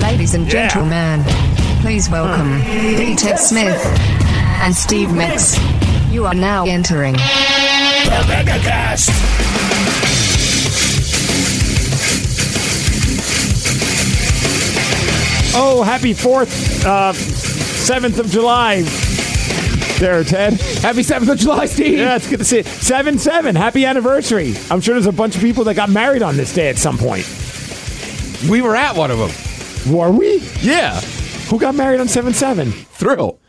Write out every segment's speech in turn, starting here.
Ladies and gentlemen, please welcome Pete Ted Smith and Steve Metz. You are now entering. The Megacast. Oh, happy 4th, uh, 7th of July. There, Ted. Happy 7th of July, Steve. Yeah, it's good to see it. 7 7, happy anniversary. I'm sure there's a bunch of people that got married on this day at some point. We were at one of them. Were we? Yeah. Who got married on 7 7? Thrill.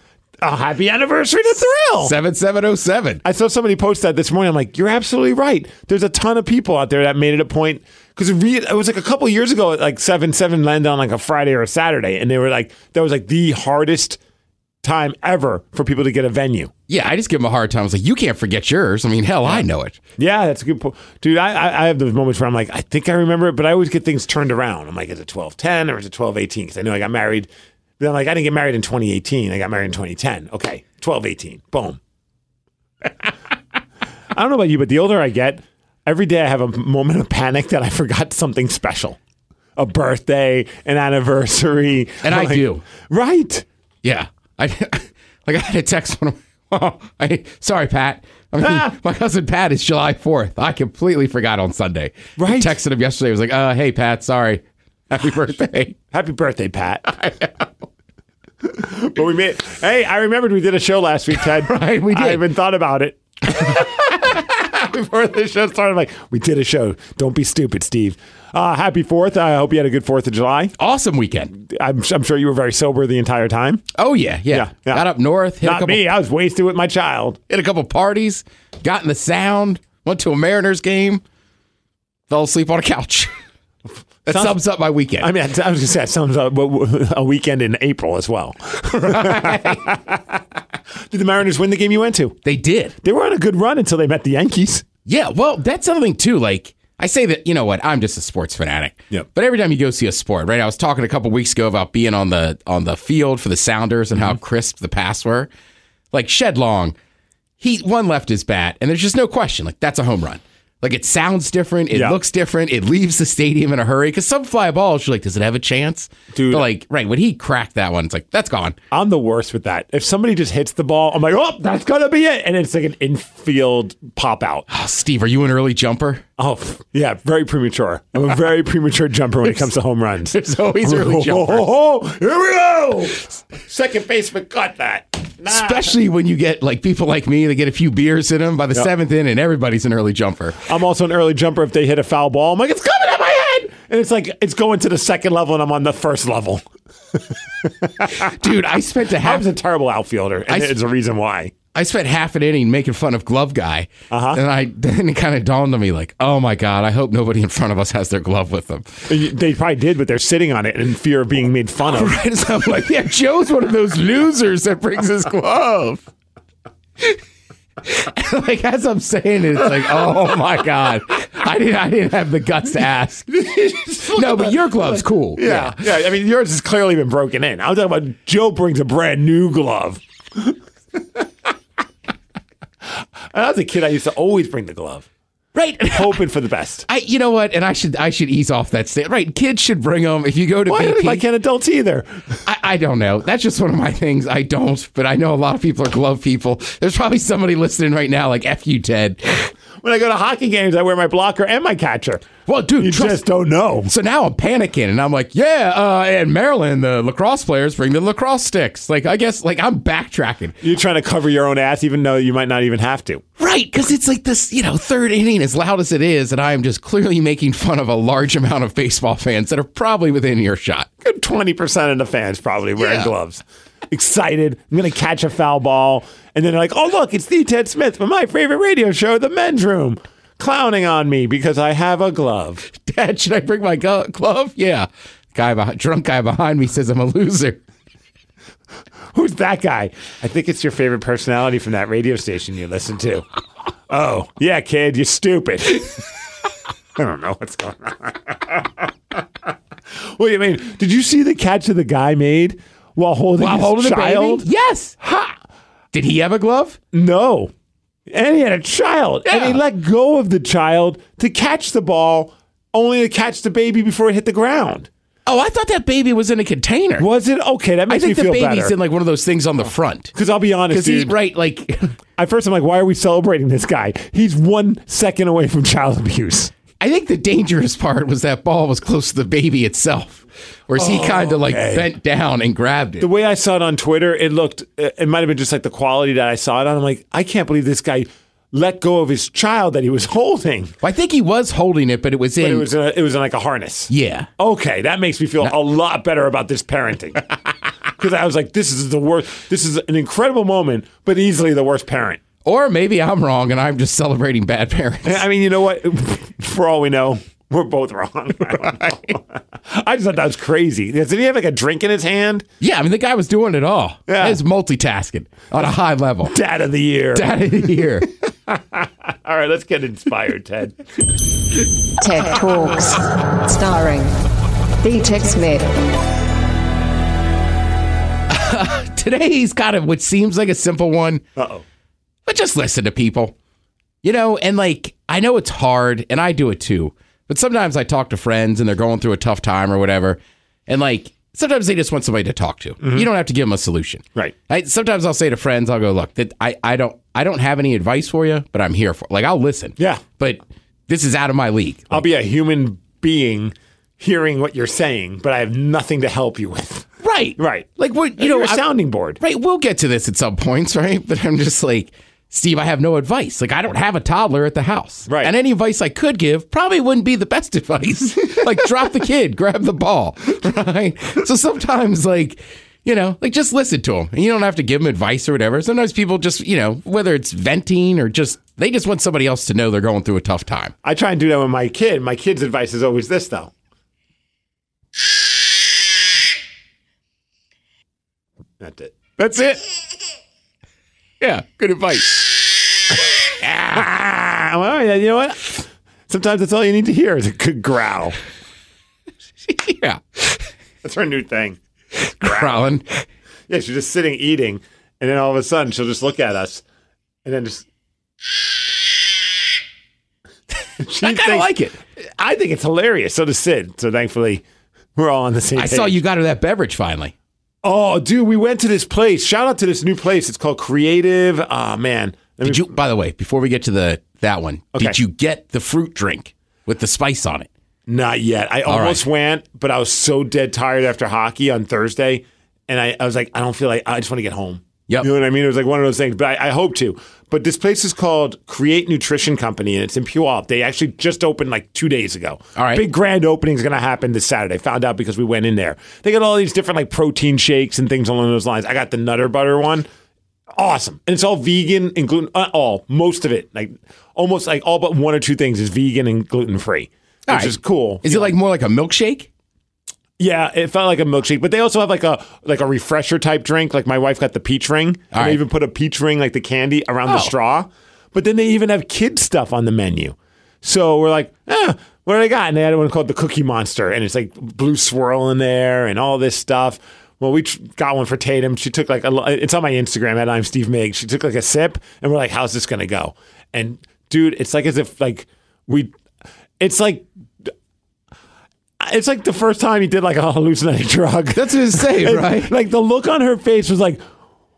A happy anniversary to Thrill. 7707. I saw somebody post that this morning. I'm like, you're absolutely right. There's a ton of people out there that made it a point because it, re- it was like a couple years ago, like seven seven landed on like a Friday or a Saturday, and they were like, that was like the hardest time ever for people to get a venue. Yeah, I just give him a hard time. I was like, you can't forget yours. I mean, hell, I know it. Yeah, that's a good point, dude. I, I I have those moments where I'm like, I think I remember it, but I always get things turned around. I'm like, is it twelve ten or is it twelve eighteen? Because I knew I got married. Then I'm like, I didn't get married in 2018. I got married in 2010. Okay, twelve eighteen. Boom. I don't know about you, but the older I get, every day I have a moment of panic that I forgot something special, a birthday, an anniversary, And I I'm like, do. Right. Yeah. I like I had a text one of Oh, I, sorry, Pat. I mean, Ah. My cousin Pat is July 4th. I completely forgot on Sunday. Right. I texted him yesterday. I was like, uh, hey, Pat, sorry. Happy birthday. Happy birthday, Pat. but we made. Hey, I remembered we did a show last week, Ted. Right, we I did. even thought about it before the show started. I'm like, we did a show. Don't be stupid, Steve. Uh, happy Fourth. I hope you had a good Fourth of July. Awesome weekend. I'm, I'm sure you were very sober the entire time. Oh, yeah, yeah. Yeah, yeah. Got up north. Hit a Not couple me. I was wasted with my child. hit a couple parties, got in the sound, went to a Mariners game, fell asleep on a couch. that Sounds- sums up my weekend. I mean, I was going to say that sounds like a weekend in April as well. Did the Mariners win the game you went to? they did. They were on a good run until they met the Yankees. Yeah, well, that's something too. Like I say that, you know what? I'm just a sports fanatic. Yep. But every time you go see a sport, right? I was talking a couple weeks ago about being on the on the field for the Sounders and how Mm-hmm. crisp the pass were. Like Shed Long, he one left his bat, and there's just no question. Like that's a home run. Like it sounds different, it Yeah. looks different, it leaves the stadium in a hurry. Because some fly balls, you're like, does it have a chance? Dude. But, like right when he cracked that one, it's like that's gone. I'm the worst with that. If somebody just hits the ball, I'm like, oh, that's gonna be it, and it's like an infield pop out. Oh, Steve, are you an early jumper? Oh, pff, yeah, very premature. I'm a very premature jumper when it comes to home runs. There's always early jumpers. Oh, here we go. Second baseman caught that. Nah. Especially when you get like people like me, they get a few beers in them by the seventh inning, everybody's an early jumper. I'm also an early jumper. If they hit a foul ball, I'm like, it's coming at my head, and it's like it's going to the second level, and I'm on the first level. Dude, I spent a I half was a terrible outfielder, and I- it's a reason why. I spent half an inning making fun of glove guy, Uh-huh. and I then it kind of dawned on me like, oh my god, I hope nobody in front of us has their glove with them. They probably did, but they're sitting on it in fear of being made fun of. And so I'm like, yeah, Joe's one of those losers that brings his glove. And, like as I'm saying it, it's like, oh my god, I didn't, I didn't have the guts to ask. no, but your glove's cool. Yeah. yeah. I mean, yours has clearly been broken in. I'm talking about Joe brings a brand new glove. When I was a kid, I used to always bring the glove, right. hoping for the best. I, you know what? And I should, I should ease off that state. Right? Kids should bring them. If you go to Why do BP, I can't adults either? I, I don't know. That's just one of my things. I don't, but I know a lot of people are glove people. There's probably somebody listening right now, like "F you, Ted." When I go to hockey games, I wear my blocker and my catcher. Well, dude, You trust- just don't know. So now I'm panicking, and I'm like, "Yeah." Uh, and Maryland, the lacrosse players bring the lacrosse sticks. Like, I guess, like I'm backtracking, You're trying to cover your own ass, even though you might not even have to. right? Because it's like this, you know, third inning, as loud as it is, and I am just clearly making fun of a large amount of baseball fans that are probably within earshot. Good 20% of the fans probably wearing Yeah. gloves. Excited. I'm going to catch a foul ball. And then they're like, oh, look, it's the Ted Smith from my favorite radio show, The Men's Room, clowning on me because I have a glove. Dad, should I bring my glo- glove? Yeah. Guy behind, drunk guy behind me says I'm a loser. Who's that guy? I think it's your favorite personality from that radio station you listen to. Oh, yeah, kid, you're stupid. I don't know what's going on. what do you mean? Did you see the catch that the guy made while holding While his holding a child? baby? Yes. Ha! Did he have a glove? No. And he had a child. And he Yeah. let go of the child to catch the ball, only to catch the baby before it hit the ground. Oh, I thought that baby was in a container. Was it okay? That I makes think me the feel baby's better. in like one of those things on the front. Because I'll be honest, Because he dude. right like At first, I'm like, why are we celebrating this guy? He's one second away from child abuse. I think the dangerous part was that ball was close to the baby itself, whereas he kind of like bent down and grabbed it. Oh, The way I saw it on Twitter, it looked, it might have been just like the quality that I saw it on. I'm like, I can't believe this guy let go of his child that he was holding. Well, I think he was holding it, but it was in. But it was, in a, it was in like a harness. yeah. Okay, that makes me feel a lot better about this parenting. Because I was like, this is the worst. This is an incredible moment, but easily the worst parent. Or maybe I'm wrong and I'm just celebrating bad parents. And I mean, you know what? For all we know, we're both wrong. I don't know. I just thought that was crazy. Did he have like a drink in his hand? Yeah, I mean the guy was doing it all. Yeah. He was multitasking on a high level. Dad of the year. Dad of the year. All right, let's get inspired, Ted. Tech Talks, starring B Tech Smith. Today he's got a what seems like a simple one, Uh oh. but just listen to people. You know, and like I know it's hard and I do it too. But sometimes I talk to friends and they're going through a tough time or whatever. And like sometimes they just want somebody to talk to. You don't have to give them a solution. Mm-hmm. Right. I, sometimes I'll say to friends, I'll go, look, that I, I don't I don't have any advice for you, but I'm here for like I'll listen. Yeah. But this is out of my league. I'll be a human being hearing what you're saying, but I have nothing to help you with. Right. Right. Like what you You're know a I- sounding board. Right, we'll get to this at some points, right? But I'm just like, Steve, I have no advice. Like, I don't have a toddler at the house. Right. And any advice I could give probably wouldn't be the best advice. like, drop the kid, grab the ball, right? So sometimes, like, you know, like just listen to them. And you don't have to give them advice or whatever. Sometimes people just, you know, whether it's venting or just, they just want somebody else to know they're going through a tough time. I try and do that with my kid. My kid's advice is always this, though. That's it. That's it. Yeah, good advice. Ah, well, yeah, you know what? Sometimes that's all you need to hear is a good growl. yeah. That's her new thing. Growling. Yeah, she's just sitting eating, and then all of a sudden she'll just look at us, and then just. she I kind of like it. I think it's hilarious. So does Sid. So thankfully, we're all on the same. I saw page. you got her that beverage finally. Oh, dude, we went to this place. Shout out to this new place. It's called Creative. Ah, man. Let me- Did you? By the way, before we get to the that one, Okay. did you get the fruit drink with the spice on it? Not yet. I almost went, but I was so dead tired after hockey on Thursday, and I, I was like, I don't feel like I just want to get home. Yep. You know what I mean? It was like one of those things, but I, I hope to. But this place is called Create Nutrition Company, and it's in Puyallup. They actually just opened like two days ago. All right. Big grand opening is going to happen this Saturday. Found out because we went in there. They got all these different like protein shakes and things along those lines. I got the Nutter Butter one. Awesome. And it's all vegan and gluten, uh, all, most of it. Like almost like all but one or two things is vegan and gluten free, which All right. is cool. Is it like more like a milkshake? Yeah, it felt like a milkshake, but they also have like a like a refresher type drink. Like my wife got the peach ring. and All They right. even put a peach ring, like the candy, around the Oh. straw. But then they even have kid stuff on the menu. So we're like, eh, what do they got? And they had one called the Cookie Monster, and it's like blue swirl in there and all this stuff. Well, we tr- got one for Tatum. She took like a. lo- It's on my Instagram at I'm Steve Mig. She took like a sip, and we're like, how's this gonna go? And dude, it's like as if like we. It's like it's like the first time he did like a hallucinating drug. That's what it's saying, And, right? Like the look on her face was like,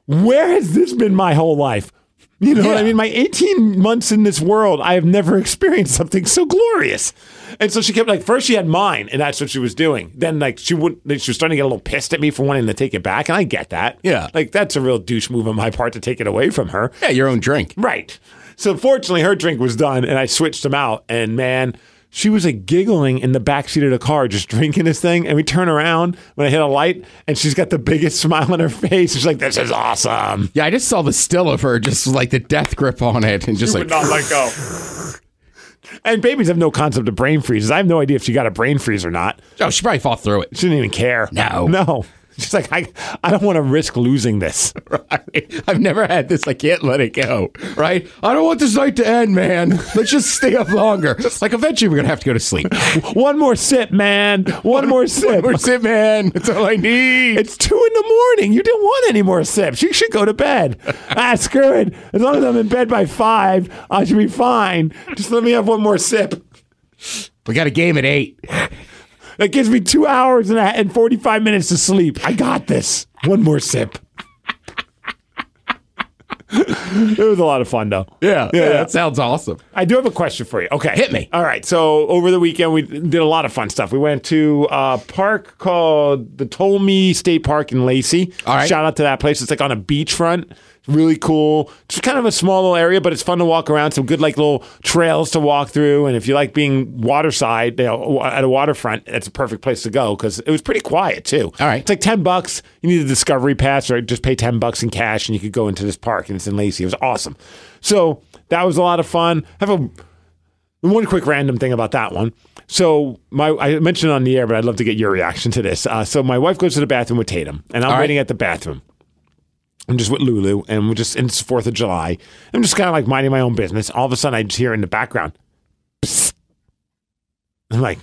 where has this been my whole life? You know what I Yeah. mean? My 18 months in this world, I have never experienced something so glorious. And so she kept like, first she had mine, and that's what she was doing. Then like she wouldn't, like, she was starting to get a little pissed at me for wanting to take it back, and I get that. Yeah. like that's a real douche move on my part to take it away from her. Yeah, your own drink. Right. So fortunately, her drink was done, and I switched them out. And man, she was like giggling in the backseat of the car, just drinking this thing. And we turn around when I hit a light, and she's got the biggest smile on her face. She's like, "This is awesome." Yeah, I just saw the still of her, just like the death grip on it, and just like let go. And babies have no concept of brain freezes. I have no idea if she got a brain freeze or not. oh, she probably fought through it. She didn't even care. No. no. She's like, I, I don't want to risk losing this. Right? I've never had this. I can't let it go. Right? I don't want this night to end, man. Let's just stay up longer. Like eventually we're gonna have to go to sleep. One more sip, man. One, more sip. We're sit, man. That's all I need. It's two in the morning. You didn't want any more sips. You should go to bed. ah, screw it. As long as I'm in bed by five, I should be fine. Just let me have one more sip. we got a game at eight. That gives me two hours and, a, and 45 minutes to sleep. I got this. One more sip. it was a lot of fun, though. Yeah, Yeah. that sounds awesome. I do have a question for you. Okay. Hit me. All right. So over the weekend, we did a lot of fun stuff. We went to a park called the Tolme State Park in Lacey. All right. Shout out to that place. It's like on a beachfront. It's Really cool. It's kind of a small little area, but it's fun to walk around. Some good like little trails to walk through. And if you like being waterside you know, at a waterfront, that's a perfect place to go because it was pretty quiet too. All right. It's like 10 bucks. You need a discovery pass or just pay 10 bucks in cash and you could go into this park and it's in Lacey. It was awesome. So that was a lot of fun. I have a one quick random thing about that one. So my I mentioned it on the air, but I'd love to get your reaction to this. Uh, so my wife goes to the bathroom with Tatum, and I'm All right. waiting at the bathroom. I'm just with Lulu, and we're just and it's Fourth of July. I'm just kind of like minding my own business. All of a sudden, I just hear in the background, "Psst." I'm like,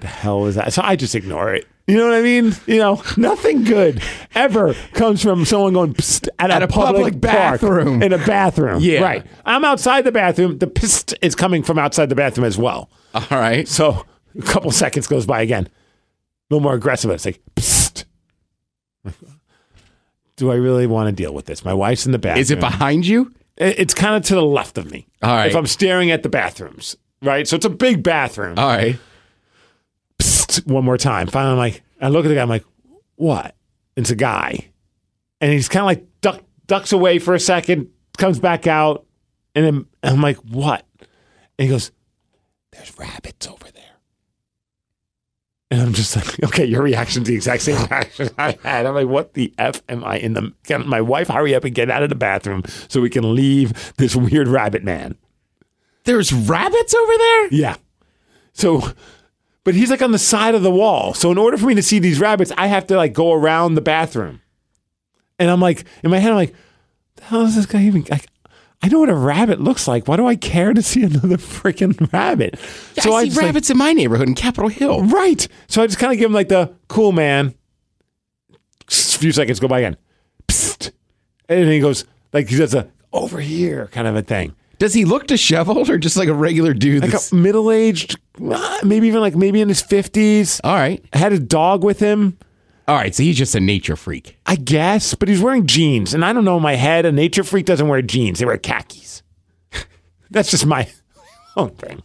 "The hell is that?" So I just ignore it. You know what I mean? You know, nothing good ever comes from someone going Psst, at, At a, a public park bathroom. in a bathroom. Yeah. right. I'm outside the bathroom. The pissed is coming from outside the bathroom as well. All right. So a couple seconds goes by again. A little more aggressive. It's like, psst. Do I really want to deal with this? My wife's in the bathroom. Is it behind you? It- It's kind of to the left of me. All right. If I'm staring at the bathrooms, right? So it's a big bathroom. All right. Psst, one more time. Finally, I'm like, I look at the guy. I'm like, what? It's a guy, and he's kind of like duck, ducks away for a second, comes back out, and then and I'm like, what? And he goes, there's rabbits over there. And I'm just like, okay, your reaction's the exact same reaction I had. I'm like, what the f am I in the? Can my wife hurry up and get out of the bathroom so we can leave this weird rabbit man? There's rabbits over there? Yeah. So, but he's like on the side of the wall. So in order for me to see these rabbits, I have to like go around the bathroom. And I'm like, in my head, I'm like, the hell is this guy even? Like, I know what a rabbit looks like. Why do I care to see another freaking rabbit? I, see just, like, rabbits in my neighborhood in Capitol Hill. right. So I just kind of give him like the cool man. A few seconds go by again. Psst. And then he goes, like, he does a over here kind of a thing. Does he look disheveled or just like a regular dude? Like that's- a middle aged, maybe even like maybe in his 50s. all right. had a dog with him, All right. So he's just a nature freak. I guess, but he's wearing jeans. And I don't know in my head, a nature freak doesn't wear jeans. They wear khakis. That's just my own thing.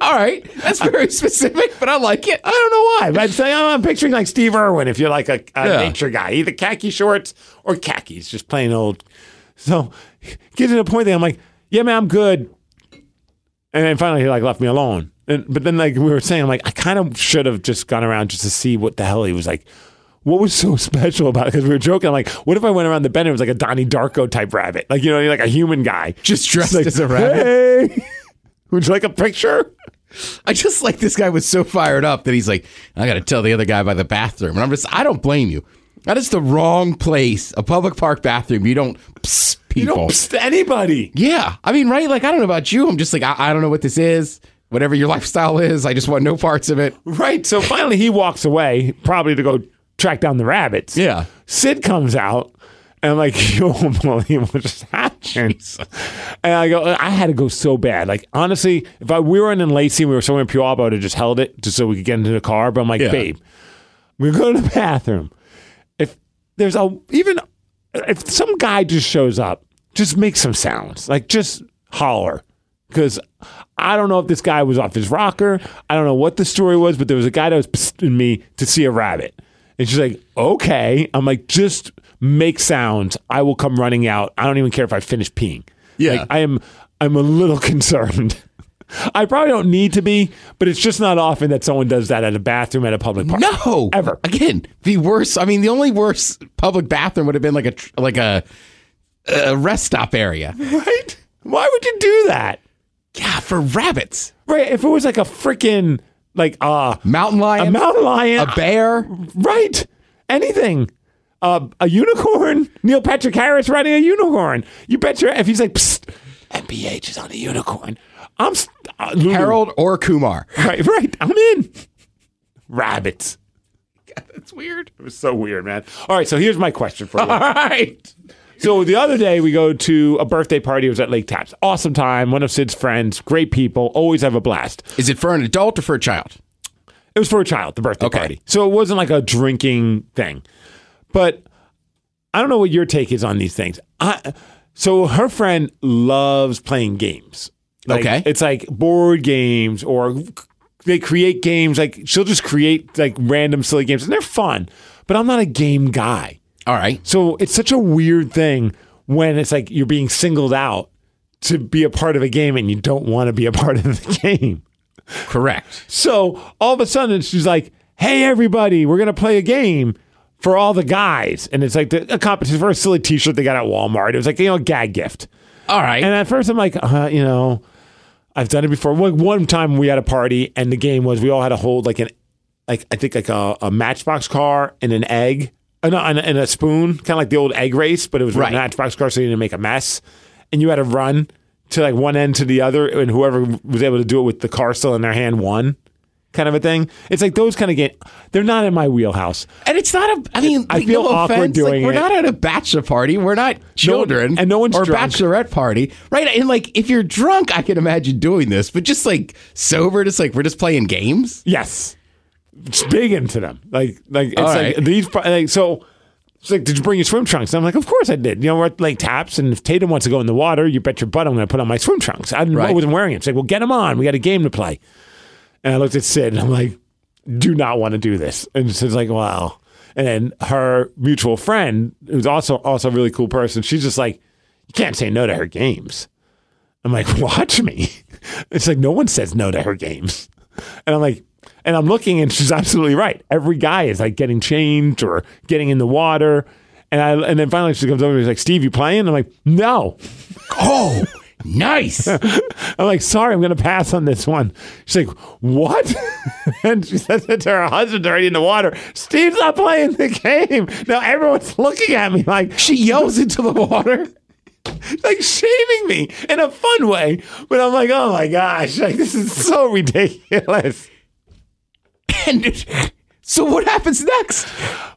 All right. That's very specific, but I like it. I don't know why, but I'd say oh, I'm picturing like Steve Irwin if you're like a, a Yeah. nature guy, either khaki shorts or khakis, just plain old. So get to the point that I'm like, yeah, man, I'm good. And then finally, he like left me alone. And, but then, like we were saying, I'm like, I kind of should have just gone around just to see what the hell he was like. What was so special about it? Because we were joking. I'm like, what if I went around the bend and it was like a Donnie Darko type rabbit? Like, you know, like a human guy. Just dressed like, as a rabbit. Hey, would you like a picture? I just like this guy was so fired up that he's like, I got to tell the other guy by the bathroom. And I'm just, I don't blame you. That is the wrong place. A public park bathroom. You don't pss, You people. don't pst anybody. Yeah. I mean, right? Like, I don't know about you. I'm just like, I, I don't know what this is. Whatever your lifestyle is, I just want no parts of it. Right. So finally he walks away, probably to go track down the rabbits. Yeah. Sid comes out and I'm like, yo, Molly, what just happened? And I go, I had to go so bad. Like, honestly, if I we were in Lacey and we were somewhere in Puyallup, I would have just held it just so we could get into the car. But I'm like, Yeah. babe, we go to the bathroom. If there's a even if some guy just shows up, just make some sounds. Like just holler. Cause I don't know if this guy was off his rocker. I don't know what the story was, but there was a guy that was psting me to see a rabbit. And she's like, okay. I'm like, just make sounds. I will come running out. I don't even care if I finish peeing. Yeah. Like, I am I'm a little concerned. I probably don't need to be, but it's just not often that someone does that at a bathroom at a public park. No. Ever. Again, the worst. I mean, the only worst public bathroom would have been like a, tr- like a, a rest stop area. Right? Why would you do that? Yeah, for rabbits. Right? If it was like a freaking like uh Mountain a lion. mountain lion, a bear. right? Anything. Uh, a unicorn. Neil Patrick Harris riding a unicorn. You bet your if he's like Psst, MPH is on a unicorn. I'm st- uh, Lulu. Harold or Kumar. Right, right. I'm in. Rabbits. That's weird. It was so weird, man. All right, so here's my question for you. All right. So the other day we go to a birthday party. It was at Lake Taps. Awesome time. One of Sid's friends. Great people. Always have a blast. Is it for an adult or for a child? It It was for a child, the birthday Okay. party. So it wasn't like a drinking thing. But I don't know what your take is on these things. I so her friend loves playing games. Like, Okay. It's like board games or they create games like she'll just create like random silly games and they're fun. But I'm not a game guy. All right. So it's such a weird thing when it's like you're being singled out to be a part of a game and you don't want to be a part of the game. Correct. So all of a sudden, she's like, "Hey, everybody, we're gonna play a game for all the guys," and it's like the, a competition for a silly T-shirt they got at Walmart. It was like you know a gag gift. All right. And at first, I'm like, uh, you know, I've done it before. One, one time we had a party, and the game was we all had to hold like an, like I think like a, a matchbox car and an egg, uh, no, and, a- and a spoon, kind of like the old egg race, but it was with Right. a matchbox car, so you didn't make a mess, and you had to run to like one end to the other, and whoever was able to do it with the car still in their hand won. Kind of a thing. It's like those kind of games. They're not in my wheelhouse. And it's not a. I mean, I like, feel no awkward offense, like, doing We're it. not at a bachelor party. We're not children, and no one's or drunk. bachelorette party, right? And like, if you're drunk, I can imagine doing this, but just like sober, just like we're just playing games. Yes, it's big into them. Like like it's All like right. these. pro- Like, so it's like, did you bring your swim trunks? And I'm like, of course I did. You know, we're at Lake Taps, and if Tatum wants to go in the water, you bet your butt I'm going to put on my swim trunks. I, didn't, I Right. wasn't wearing them. She's like, well, get them on. We got a game to play. And I looked at Sid, and I'm like, do not want to do this. And Sid's like, wow. And then her mutual friend, who's also also a really cool person, she's just like, you can't say no to her games. I'm like, watch me. It's like no one says no to her games. And I'm like, and I'm looking and she's absolutely right. Every guy is like getting changed or getting in the water. And I and then finally she comes over and she's like, Steve, you playing? I'm like, no. Oh, nice. I'm like, sorry, I'm gonna pass on this one. She's like, what? and she says it to her husband already in the water. Steve's not playing the game. Now everyone's looking at me like she yells into the water. like shaming me in a fun way. But I'm like, oh my gosh, like this is so ridiculous. And so, what happens next?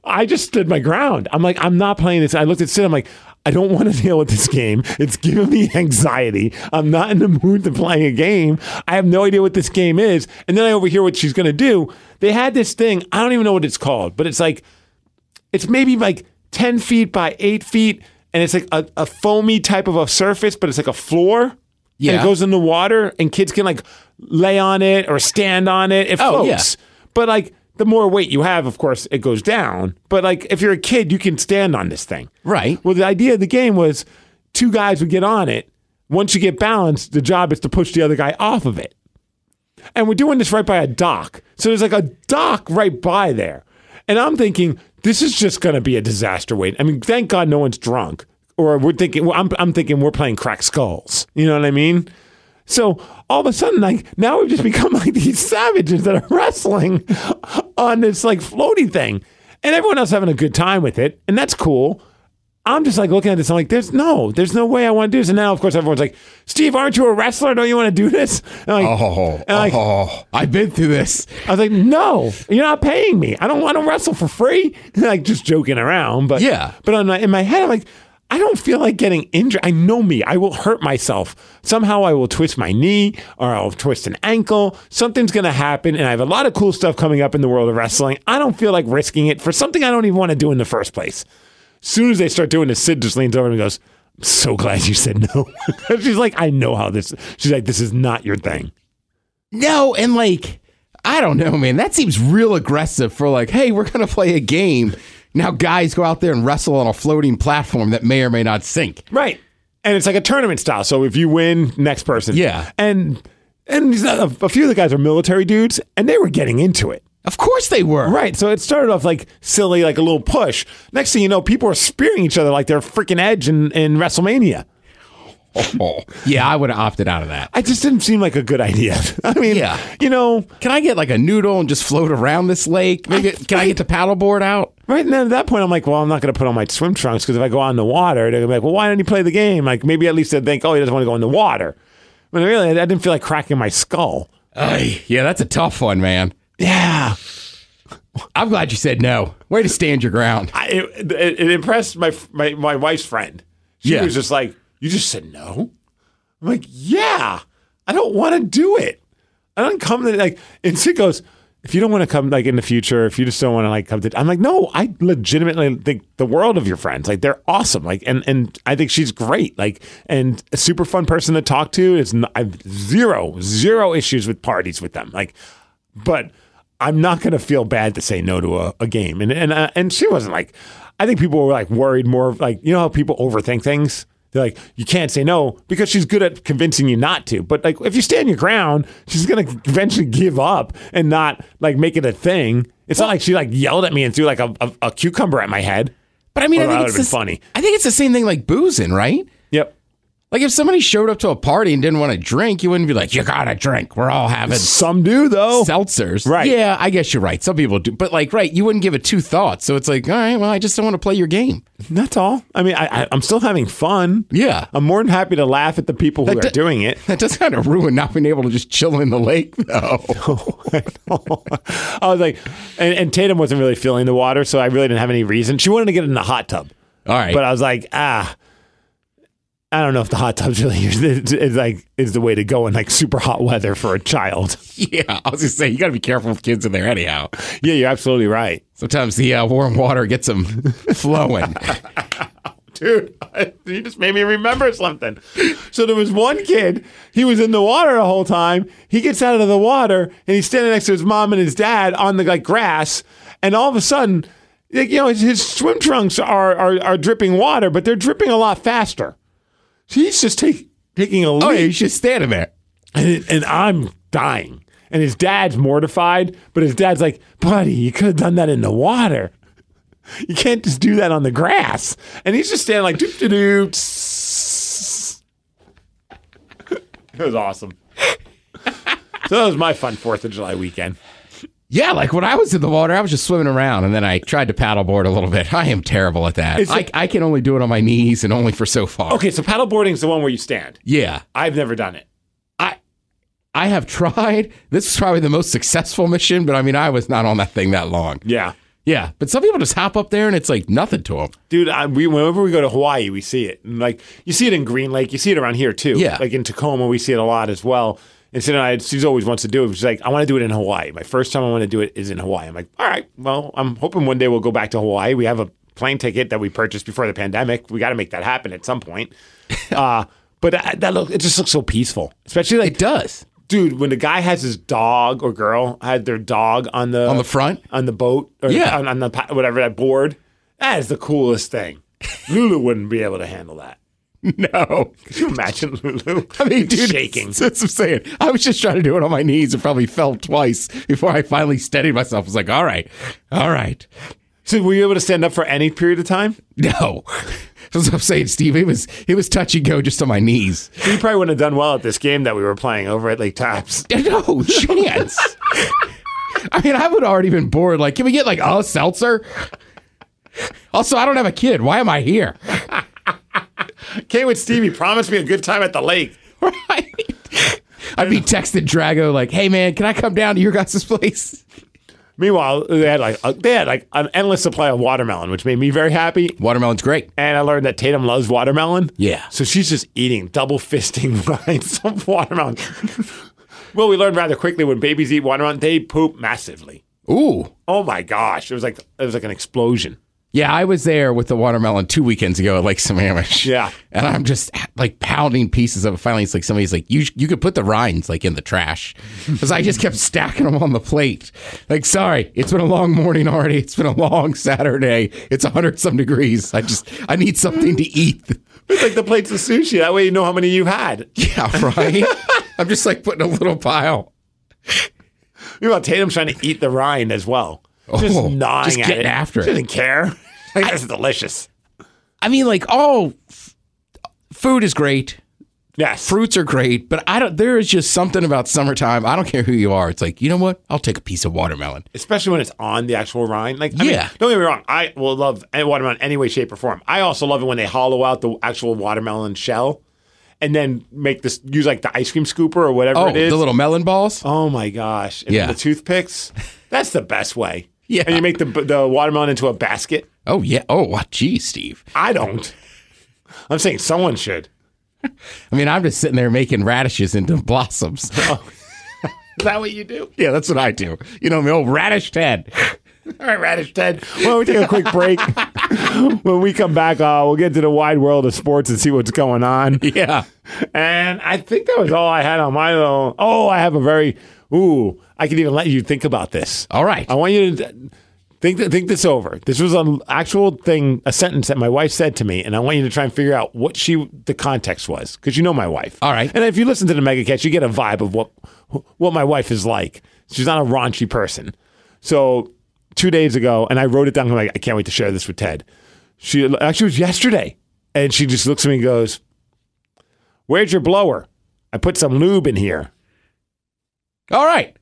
I just stood my ground. I'm like, I'm not playing this. I looked at Sid. I'm like, I don't want to deal with this game. It's giving me anxiety. I'm not in the mood to play a game. I have no idea what this game is. And then I overhear what she's going to do. They had this thing. I don't even know what it's called, but it's like, it's maybe like 10 feet by 8 feet. And it's like a, a foamy type of a surface, but it's like a floor. And Yeah. it goes in the water, and kids can like lay on it or stand on it. It Oh, floats. yeah. But like the more weight you have, of course, it goes down. But like if you're a kid, you can stand on this thing. Right. Well, the idea of the game was two guys would get on it. Once you get balanced, the job is to push the other guy off of it. And we're doing this right by a dock. So there's like a dock right by there. And I'm thinking, this is just going to be a disaster wait. I mean, thank God no one's drunk. Or we're thinking, well, I'm, I'm thinking we're playing crack skulls. You know what I mean? So all of a sudden, like now we've just become like these savages that are wrestling on this like floaty thing, and everyone else having a good time with it, and that's cool. I'm just like looking at this. I'm like, there's no, there's no way I want to do this. And now, of course, everyone's like, Steve, aren't you a wrestler? Don't you want to do this? And I'm like, Oh, and like, oh, I've been through this. I was like, no, you're not paying me. I don't want to wrestle for free. like just joking around, but Yeah. But on my, in my head, I'm like, I don't feel like getting injured. I know me. I will hurt myself somehow. I will twist my knee or I'll twist an ankle. Something's gonna happen, and I have a lot of cool stuff coming up in the world of wrestling. I don't feel like risking it for something I don't even want to do in the first place. soon as they start doing this, Sid just leans over and goes. I'm so glad you said no. She's like, I know how this. She's like, this is not your thing. No, and like, I don't know, man. That seems real aggressive for like, hey, we're gonna play a game. Now, guys go out there and wrestle on a floating platform that may or may not sink. Right. And it's like a tournament style. So if you win, next person. Yeah. And and these- a, a few of the guys are military dudes, and they were getting into it. Of course they were. Right. So it started off like silly, like a little push. Next thing you know, people are spearing each other like they're freaking Edge in, in WrestleMania. Oh, yeah, I would have opted out of that. I just didn't seem like a good idea. I mean, Yeah. you know, Can I get like a noodle and just float around this lake? Maybe can I get the paddleboard out? right now at that point, I'm like, well, I'm not going to put on my swim trunks because if I go out in the water, they're going to be like, well, why don't you play the game? Like maybe at least they'd think, oh, he doesn't want to go in the water. But really, I I didn't feel like cracking my skull. Ay, yeah, that's a tough one, man. Yeah. I'm glad you said no. Way to stand your ground. I, it, it it impressed my, my my wife's friend. She Yeah. was just like, "You just said no." I'm like, "Yeah, I don't want to do it. I don't come to like." And she goes, if you don't want to come like in the future, if you just don't want to like come to, I'm like, no, I legitimately think the world of your friends. Like they're awesome. Like and and I think she's great. Like and a super fun person to talk to. It's not, I've zero zero issues with parties with them. Like, but I'm not gonna feel bad to say no to a, a game. And and uh, and she wasn't like. I think people were like worried more of like you know how people overthink things. They're like, you can't say no because she's good at convincing you not to. But like, if you stand your ground, she's gonna eventually give up and not like make it a thing. It's not like she like yelled at me and threw like a, a, a cucumber at my head. But I mean, Well, I that think would've it's been the s- funny. I think it's the same thing like boozing, right? Yep. Like if somebody showed up to a party and didn't want to drink, you wouldn't be like, "You gotta drink. We're all having Some do though. seltzers." Right. Yeah, I guess you're right. Some people do, but like, right, you wouldn't give it two thoughts. So it's like, all right, well, I just don't want to play your game. That's all. I mean, I, I, I'm still having fun. Yeah. I'm more than happy to laugh at the people who That are d- doing it. That does kind of ruin not being able to just chill in the lake, though. I know. I was like, and, and Tatum wasn't really feeling the water, so I really didn't have any reason. She wanted to get in the hot tub. All right. But I was like, ah, I don't know if the hot tub's really is, is like is the way to go in like super hot weather for a child. yeah, I was gonna say you gotta be careful with kids in there, anyhow. yeah, you're absolutely right, Sometimes the uh, warm water gets them flowing. dude. You just made me remember something. So there was one kid. He was in the water the whole time. He gets out of the water and he's standing next to his mom and his dad on the like grass, and all of a sudden. Like, you know, his, his swim trunks are, are are dripping water, but they're dripping a lot faster. He's just take, taking a leap. oh, yeah, you should stand in there. and, it, and I'm dying. And his dad's mortified, but his dad's like, buddy, you could have done that in the water. You can't just do that on the grass. And he's just standing like, doop, doop, doop. tss. It was awesome. so that was my fun 4th of July weekend. Yeah, like when I was in the water, I was just swimming around, and then I tried to paddleboard a little bit. I am terrible at that. It's I, like- I can only do it on my knees and only for so far. Okay, so paddleboarding is the one where you stand. Yeah, I've never done it. I have tried. This is probably the most successful mission, but I mean, I was not on that thing that long. Yeah. Yeah, but some people just hop up there and it's like nothing to them. Dude, I, we whenever we go to Hawaii, we see it. And like you see it in Green Lake, you see it around here too. Yeah. like in Tacoma, we see it a lot as well. And so I, she's always wants to do it. She's like, I want to do it in Hawaii. My first time I want to do it is in Hawaii. I'm like, all right, well, I'm hoping one day we'll go back to Hawaii. We have a plane ticket that we purchased before the pandemic. We got to make that happen at some point. uh, but that, that look, it just looks so peaceful, especially like It does. dude, when the guy has his dog or girl had their dog on the On the front? on the boat or Yeah. on, on the pa- whatever that board, that is the coolest thing. Lulu wouldn't be able to handle that. No. Could you imagine Lulu? I mean, dude, shaking. That's what I'm saying. I was just trying to do it on my knees and probably fell twice before I finally steadied myself. I was like, all right, all right. So were you able to stand up for any period of time? No. That's what I'm saying, Steve. It was it was touch and go just on my knees. You probably wouldn't have done well at this game that we were playing over at Lake Taps. No chance. I mean, I would already been bored. Like, can we get like a seltzer? Also, I don't have a kid. Why am I here? Came with Stevie, promised me a good time at the lake. Right. I'd be texting Drago like, "Hey man, can I come down to your guys' place?" Meanwhile, they had like a, they had like an endless supply of watermelon, which made me very happy. Watermelon's great. And I learned that Tatum loves watermelon. Yeah. So she's just eating, double fisting lines of watermelon. well, we learned rather quickly when babies eat watermelon, they poop massively. Ooh. Oh my gosh. It was like it was like an explosion. Yeah, I was there with the watermelon two weekends ago at Lake Sammamish. Yeah. And I'm just like pounding pieces of it. Finally, it's like somebody's like, you, you could put the rinds like in the trash. Because I just kept stacking them on the plate. Like, sorry, it's been a long morning already. It's been a long Saturday. It's 100 some degrees. I just, I need something to eat. It's like the plates of sushi. That way you know how many you had. Yeah, right? I'm just like putting a little pile. Meanwhile, Tatum's trying to eat the rind as well. Just Oh, gnawing just at getting it. after She it. doesn't care. Like, That's delicious. I mean, like, all f- food is great. Yes. fruits are great, but I don't. There is just something about summertime. I don't care who you are. It's like you know what? I'll take a piece of watermelon. especially when it's on the actual rind. Like, I mean, Yeah. don't get me wrong, I will love any watermelon any way, shape, or form. I also love it when they hollow out the actual watermelon shell and then make this use like the ice cream scooper or whatever Oh, it is. the little melon balls. oh my gosh! And Yeah. the toothpicks. That's the best way. Yeah. and you make the the watermelon into a basket. Oh yeah. Oh, wow, geez, Steve. I don't. I'm saying someone should. I mean, I'm just sitting there making radishes into blossoms. Is that what you do? Yeah, that's what I do. You know me, old Radish Ted. All right, Radish Ted. Why don't we take a quick break? when we come back, uh, we'll get to the wide world of sports and see what's going on. Yeah. And I think that was all I had on my little. Oh, I have a very. Ooh, I can even let you think about this. All right. I want you to think think this over. This was an actual thing, a sentence that my wife said to me, and I want you to try and figure out what she the context was because you know my wife. All right. And if you listen to the MegaCast, you get a vibe of what what my wife is like. She's not a raunchy person. So two days ago, and I wrote it down. I'm like, I can't wait to share this with Ted. She actually it was yesterday, and she just looks at me and goes, "Where's your blower? I put some lube in here." All right.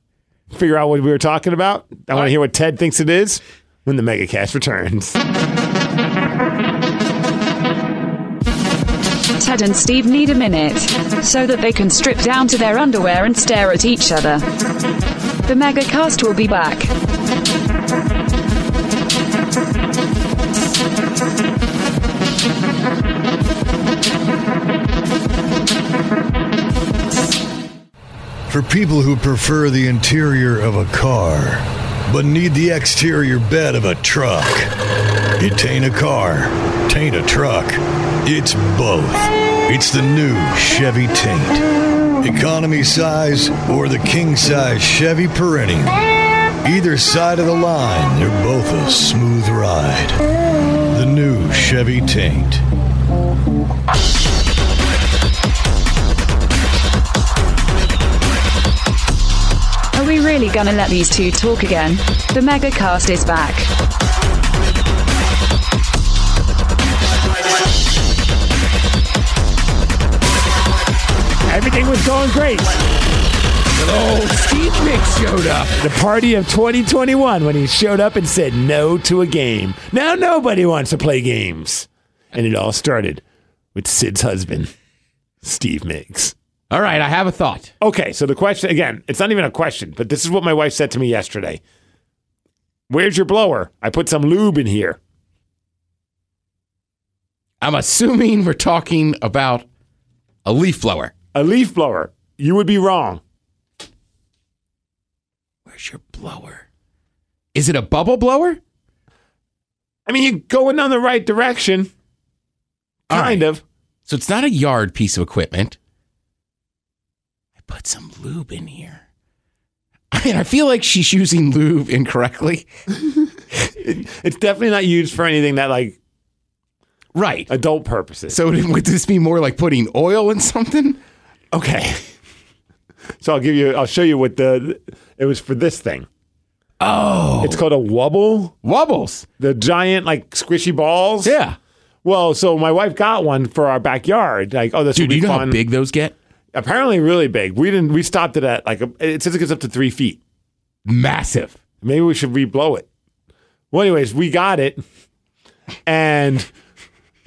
figure out what we were talking about? I want to hear what Ted thinks it is when the mega cast returns. Ted and Steve need a minute so that they can strip down to their underwear and stare at each other. The Megacast will be back. For people who prefer the interior of a car, but need the exterior bed of a truck. It ain't a car, taint a truck. It's both. It's the new Chevy Taint. Economy size or the king size Chevy Perennial. Either side of the line, they're both a smooth ride. The new Chevy Taint. Are we really gonna let these two talk again? The Megacast is back. Everything was going great. Oh, Steve Mix showed up. The party of 2021 when he showed up and said no to a game. Now nobody wants to play games. And it all started with Sid's husband, Steve Miggs. All right, I have a thought. Okay, so the question again, it's not even a question, but this is what my wife said to me yesterday. Where's your blower? I put some lube in here. I'm assuming we're talking about a leaf blower. A leaf blower. You would be wrong. Where's your blower? Is it a bubble blower? I mean, you're going down the right direction. All right. Kind of. So it's not a yard piece of equipment. I put some lube in here. I mean, I feel like she's using lube incorrectly. It's definitely not used for anything that like Right. adult purposes. So would would this be more like putting oil in something? okay. So I'll give you. I'll show you what the. It was for this thing. Oh, It's called a wobble. wobbles. The giant like squishy balls. Yeah. Well, so my wife got one for our backyard. Like, oh, this Dude, would be do you know fun. how big those get? Apparently, really big. We didn't. We stopped it at like. A, it says it goes up to three feet. Massive. Maybe we should reblow it. Well, anyways, we got it, and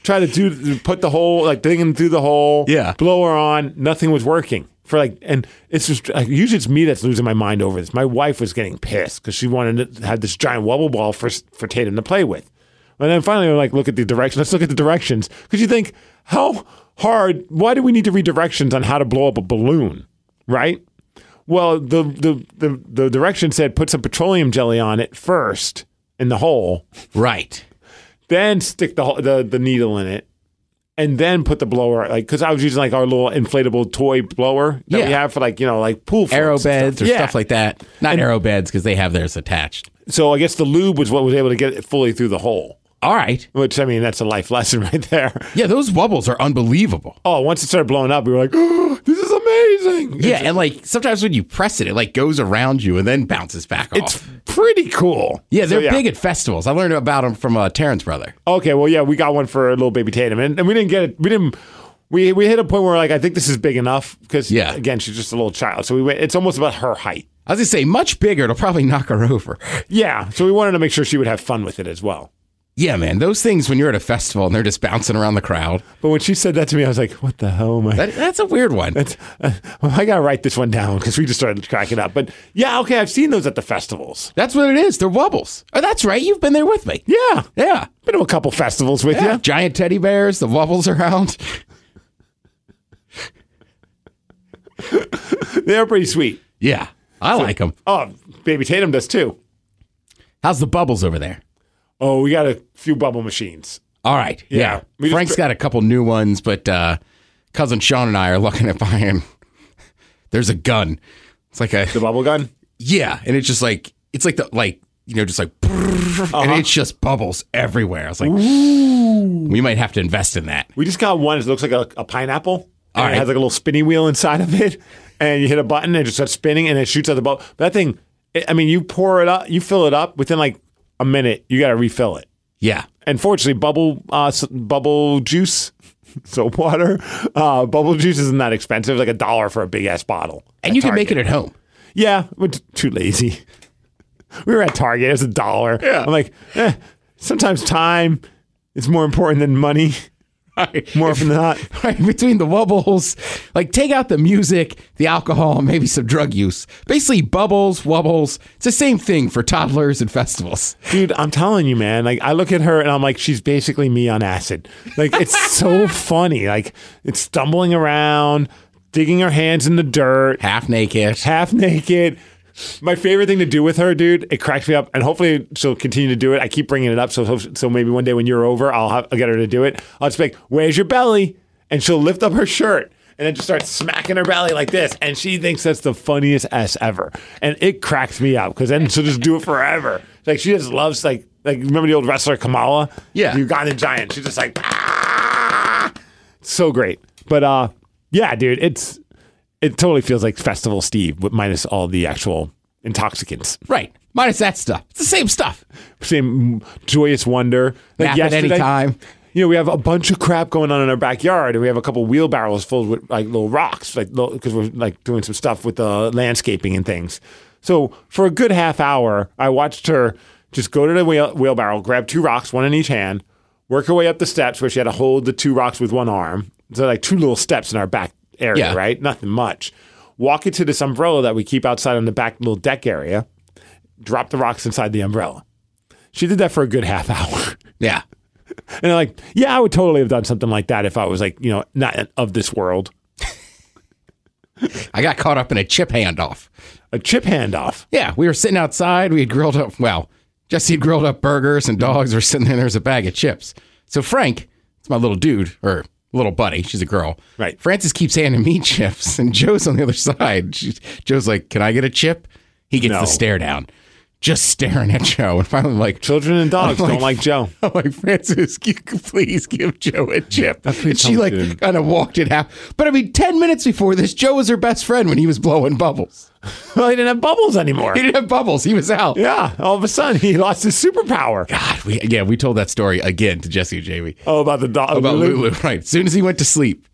try to do put the hole like digging through the hole. Yeah. blower on. Nothing was working for like, and it's just like, usually it's me that's losing my mind over this. My wife was getting pissed because she wanted to have this giant wobble ball for for Tatum to play with, and then finally we're like, look at the direction. Let's look at the directions because you think how hard? Why do we need to read directions on how to blow up a balloon? Right. Well, the, the, the, the direction said put some petroleum jelly on it first in the hole, Right. then stick the, the the needle in it, and then put the blower like because I was using like our little inflatable toy blower that we Yeah. have for like you know like pool floats Arrow and beds or Yeah. stuff like that. Not arrow beds because they have theirs attached. So I guess the lube was what was able to get it fully through the hole, All right. which I mean that's a life lesson right there. Yeah, those wobbles are unbelievable. Oh, once it started blowing up, we were like, oh, this is amazing. Yeah, and like sometimes when you press it, it like goes around you and then bounces back it's, off. it's pretty cool. Yeah, So, they're big at festivals. I learned about them from uh, Terrence brother. Okay, well, yeah, we got one for a little baby Tatum, and, and we didn't get it. We didn't. We we hit a point where like I think this is big enough because Yeah. again, she's just a little child, so we went. It's almost about her height. I was gonna say much bigger. It'll probably knock her over. Yeah, so we wanted to make sure she would have fun with it as well. Yeah, man, those things when you're at a festival and they're just bouncing around the crowd. But when she said that to me, I was like, "What the hell am I?" That, that's a weird one. That's- uh, well, I gotta write this one down because we just started cracking up. But yeah, okay, I've seen those at the festivals. That's what it is. They're wobbles. Oh, that's right. You've been there with me. Yeah, Yeah. been to a couple festivals with Yeah. you. Giant teddy bears, the wobbles around. They're pretty sweet. Yeah. I like him. Oh, baby Tatum does too. How's the bubbles over there? Oh, we got a few bubble machines. All right. Yeah. Yeah. We just Frank's put- got a couple new ones, but uh, cousin Sean and I are looking at buying. There's a gun. It's like a The bubble gun. yeah, and it's just like it's like the like you know just like and it's just bubbles everywhere. I was like, we might have to invest in that. We just got one. It looks like a, a pineapple. And All It right. has like a little spinny wheel inside of it, and you hit a button and it just starts spinning and it shoots out the bubble. That thing. It, I mean, you pour it up, you fill it up within like a minute. You got to refill it. Yeah. And fortunately, bubble uh, s- bubble juice, soap water, uh, bubble juice isn't that expensive. Like a dollar for a big ass bottle. And you can make it at home. Yeah, we're t- too lazy. we were at Target. It's a dollar. I'm like, eh, sometimes time is more important than money. More often than not. Right, between the bubbles, like take out the music, the alcohol, and maybe some drug use. Basically, bubbles, wubbles. It's the same thing for toddlers and festivals. Dude, I'm telling you, man. Like, I look at her and I'm like, she's basically me on acid. Like, it's so funny. Like, it's stumbling around, digging her hands in the dirt, Half naked. half naked. My favorite thing to do with her, dude, it cracks me up, and hopefully she'll continue to do it. I keep bringing it up, so so maybe one day when you're over, I'll, have, I'll get her to do it. I'll just be like, "Where's your belly?" and she'll lift up her shirt and then just start smacking her belly like this, and she thinks that's the funniest ass ever, and it cracks me up because then she'll just do it forever. Like she just loves like like remember the old wrestler Kamala, Yeah. the Ugandan giant. She's just like, "Ah!" so great, but uh, yeah, dude, it's it totally feels like Festival Steve, with minus all the actual intoxicants. Right. Minus that stuff. It's the same stuff. Same joyous wonder. Nap at any yesterday, time. You know, we have a bunch of crap going on in our backyard, and we have a couple wheelbarrows filled with like little rocks, like because we're like doing some stuff with the landscaping and things. So for a good half hour, I watched her just go to the wheel- wheelbarrow, grab two rocks, one in each hand, work her way up the steps where she had to hold the two rocks with one arm. So like two little steps in our back area, Yeah. right? Nothing much. Walk it to this umbrella that we keep outside on the back little deck area. Drop the rocks inside the umbrella. She did that for a good half hour. Yeah. And I'm like, yeah, I would totally have done something like that if I was like, you know, not of this world. I got caught up in a chip handoff. A chip handoff. Yeah, we were sitting outside. We had grilled up, well, Jesse had grilled up burgers and dogs were sitting there. and There's a bag of chips. So Frank, it's my little dude or little buddy. She's a girl. Right. Francis keeps handing me chips and Joe's on the other side. She, Joe's like, Can I get a chip? He gets No. the stare down, just staring at Joe. And finally, I'm like, Children and dogs I'm don't like Joe. I'm like, Francis, can you please give Joe a chip? And how she it like is. kind of walked it out. But I mean, 10 minutes before this, Joe was her best friend when he was blowing bubbles. well, he didn't have bubbles anymore. He didn't have bubbles. He was out. Yeah, all of a sudden he lost his superpower. God, we, yeah, we told that story again to Jesse and Jamie Oh, about the dog. about Lulu. Right, as soon as he went to sleep,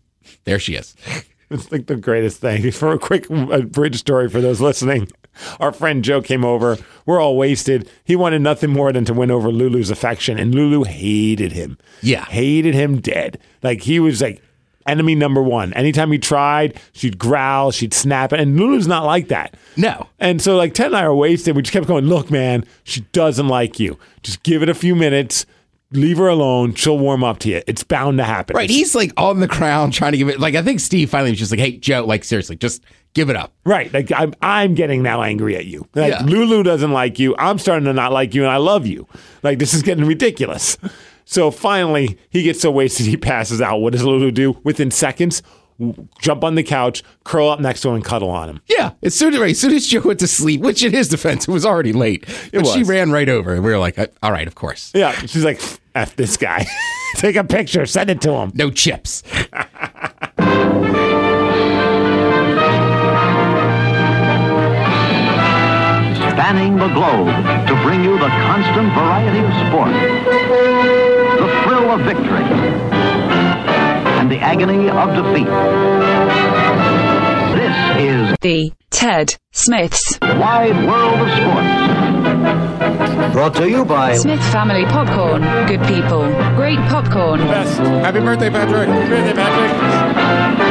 there she is. It's like the greatest thing. For a quick uh, bridge story for those listening, our friend Joe came over. We're all wasted. He wanted nothing more than to win over Lulu's affection, and Lulu hated him. Yeah. Hated him dead. Like, he was like enemy number one. Anytime he tried, she'd growl, she'd snap, and Lulu's not like that. No. And so, like, Ted and I are wasted. We just kept going, look, man, she doesn't like you. Just give it a few minutes. Leave her alone. She'll warm up to you. It's bound to happen. Right, he's like on the ground trying to give it. Like I think Steve finally was just like, "Hey, Joe, like seriously, just give it up." Right. Like I'm I'm getting now angry at you. Like Yeah. Lulu doesn't like you. I'm starting to not like you and I love you. Like this is getting ridiculous. So finally he gets so wasted he passes out. What does Lulu do? Within seconds, w- jump on the couch, curl up next to him and cuddle on him. Yeah, as soon as right, as soon as Joe went to sleep, which in his defense, it was already late. But she was. ran right over, and we were like, "Uh, "All right, of course, Yeah. She's like, F this guy. Take a picture, send it to him. no chips." spanning the globe to bring you the constant variety of sport, the thrill of victory, and the agony of defeat. This is The Ted Smiths Wide World of Sports. Brought to you by Smith Family Popcorn. Good people, great popcorn. Best. Happy birthday, Patrick! Birthday, Patrick.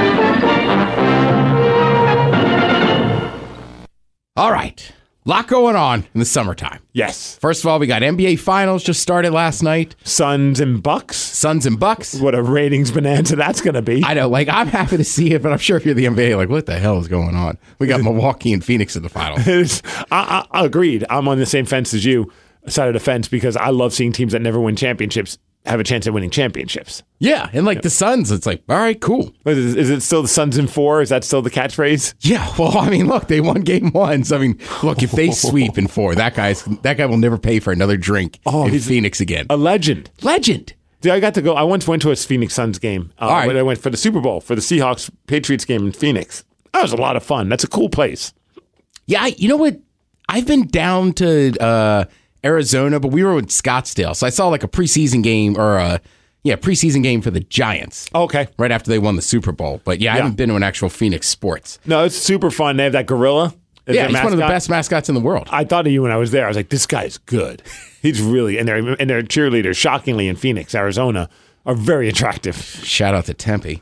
All right, lot going on in the summertime. Yes. First of all, we got NBA Finals just started last night. Suns and Bucks. Suns and Bucks. What a ratings bonanza that's going to be. I know, like I'm happy to see it, but I'm sure if you're the NBA, like what the hell is going on? We got Milwaukee and Phoenix in the final. It's- I, I, agreed. I'm on the same fence as you, side of the fence, because I love seeing teams that never win championships have a chance at winning championships. Yeah, and like the Suns, it's like all right, cool. What Is, is it still the Suns in four? Is that still the catchphrase? Yeah, well, I mean, look, they won game one. So I mean, look, if they sweep in four, that guy's that guy will never pay for another drink Oh, in he's- Phoenix again. A legend. legend. Dude, I got to go. I once went to a Phoenix Suns game. Uh, All right. when I went for the Super Bowl for the Seahawks Patriots game in Phoenix. That was a lot of fun. That's a cool place. Yeah, I, you know what? I've been down to uh, Arizona, but we were in Scottsdale, so I saw like a preseason game or a yeah preseason game for the Giants Okay. right after they won the Super Bowl. But yeah, Oh. I Yeah. haven't been to an actual Phoenix sports. No, it's super fun. They have that gorilla. as yeah, their he's one of the Ah. mascot. best mascots in the world. I thought of you when I was there. I was like, this guy's good. He's really and their and their cheerleaders, shockingly in Phoenix, Arizona, are very attractive. Shout out to Tempe.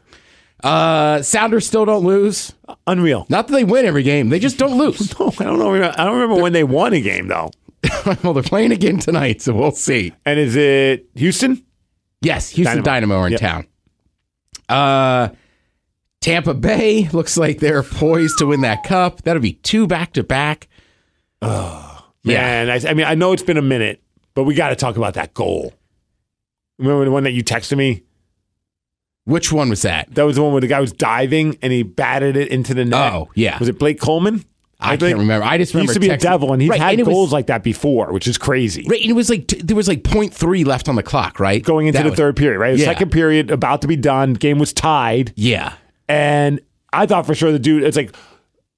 Uh, Sounders still don't lose. Unreal. Not that they win every game, they just don't lose. No, I don't know. I don't remember when they won a game though. well, they're playing again tonight, so we'll see. And is it Houston? Yes, Houston Dynamo, Dynamo. are in Yep. town. Uh, Tampa Bay looks like they're poised to win that cup. That'll be two back to back. Yeah. And I, I mean, I know it's been a minute, but we got to talk about that goal. Remember the one that you texted me? Which one was that? That was the one where the guy was diving and he batted it into the net. Oh, yeah. Was it Blake Coleman? I think- can't remember. I just He used to remember be a texting- devil, and he's Right, had and it was- goals like that before, which is crazy. Right, and it was like t- there was like 0.3 left on the clock, right? Going into That the was- third period, right? The Yeah. second period about to be done. Game was tied. Yeah, And I thought for sure the dude, it's like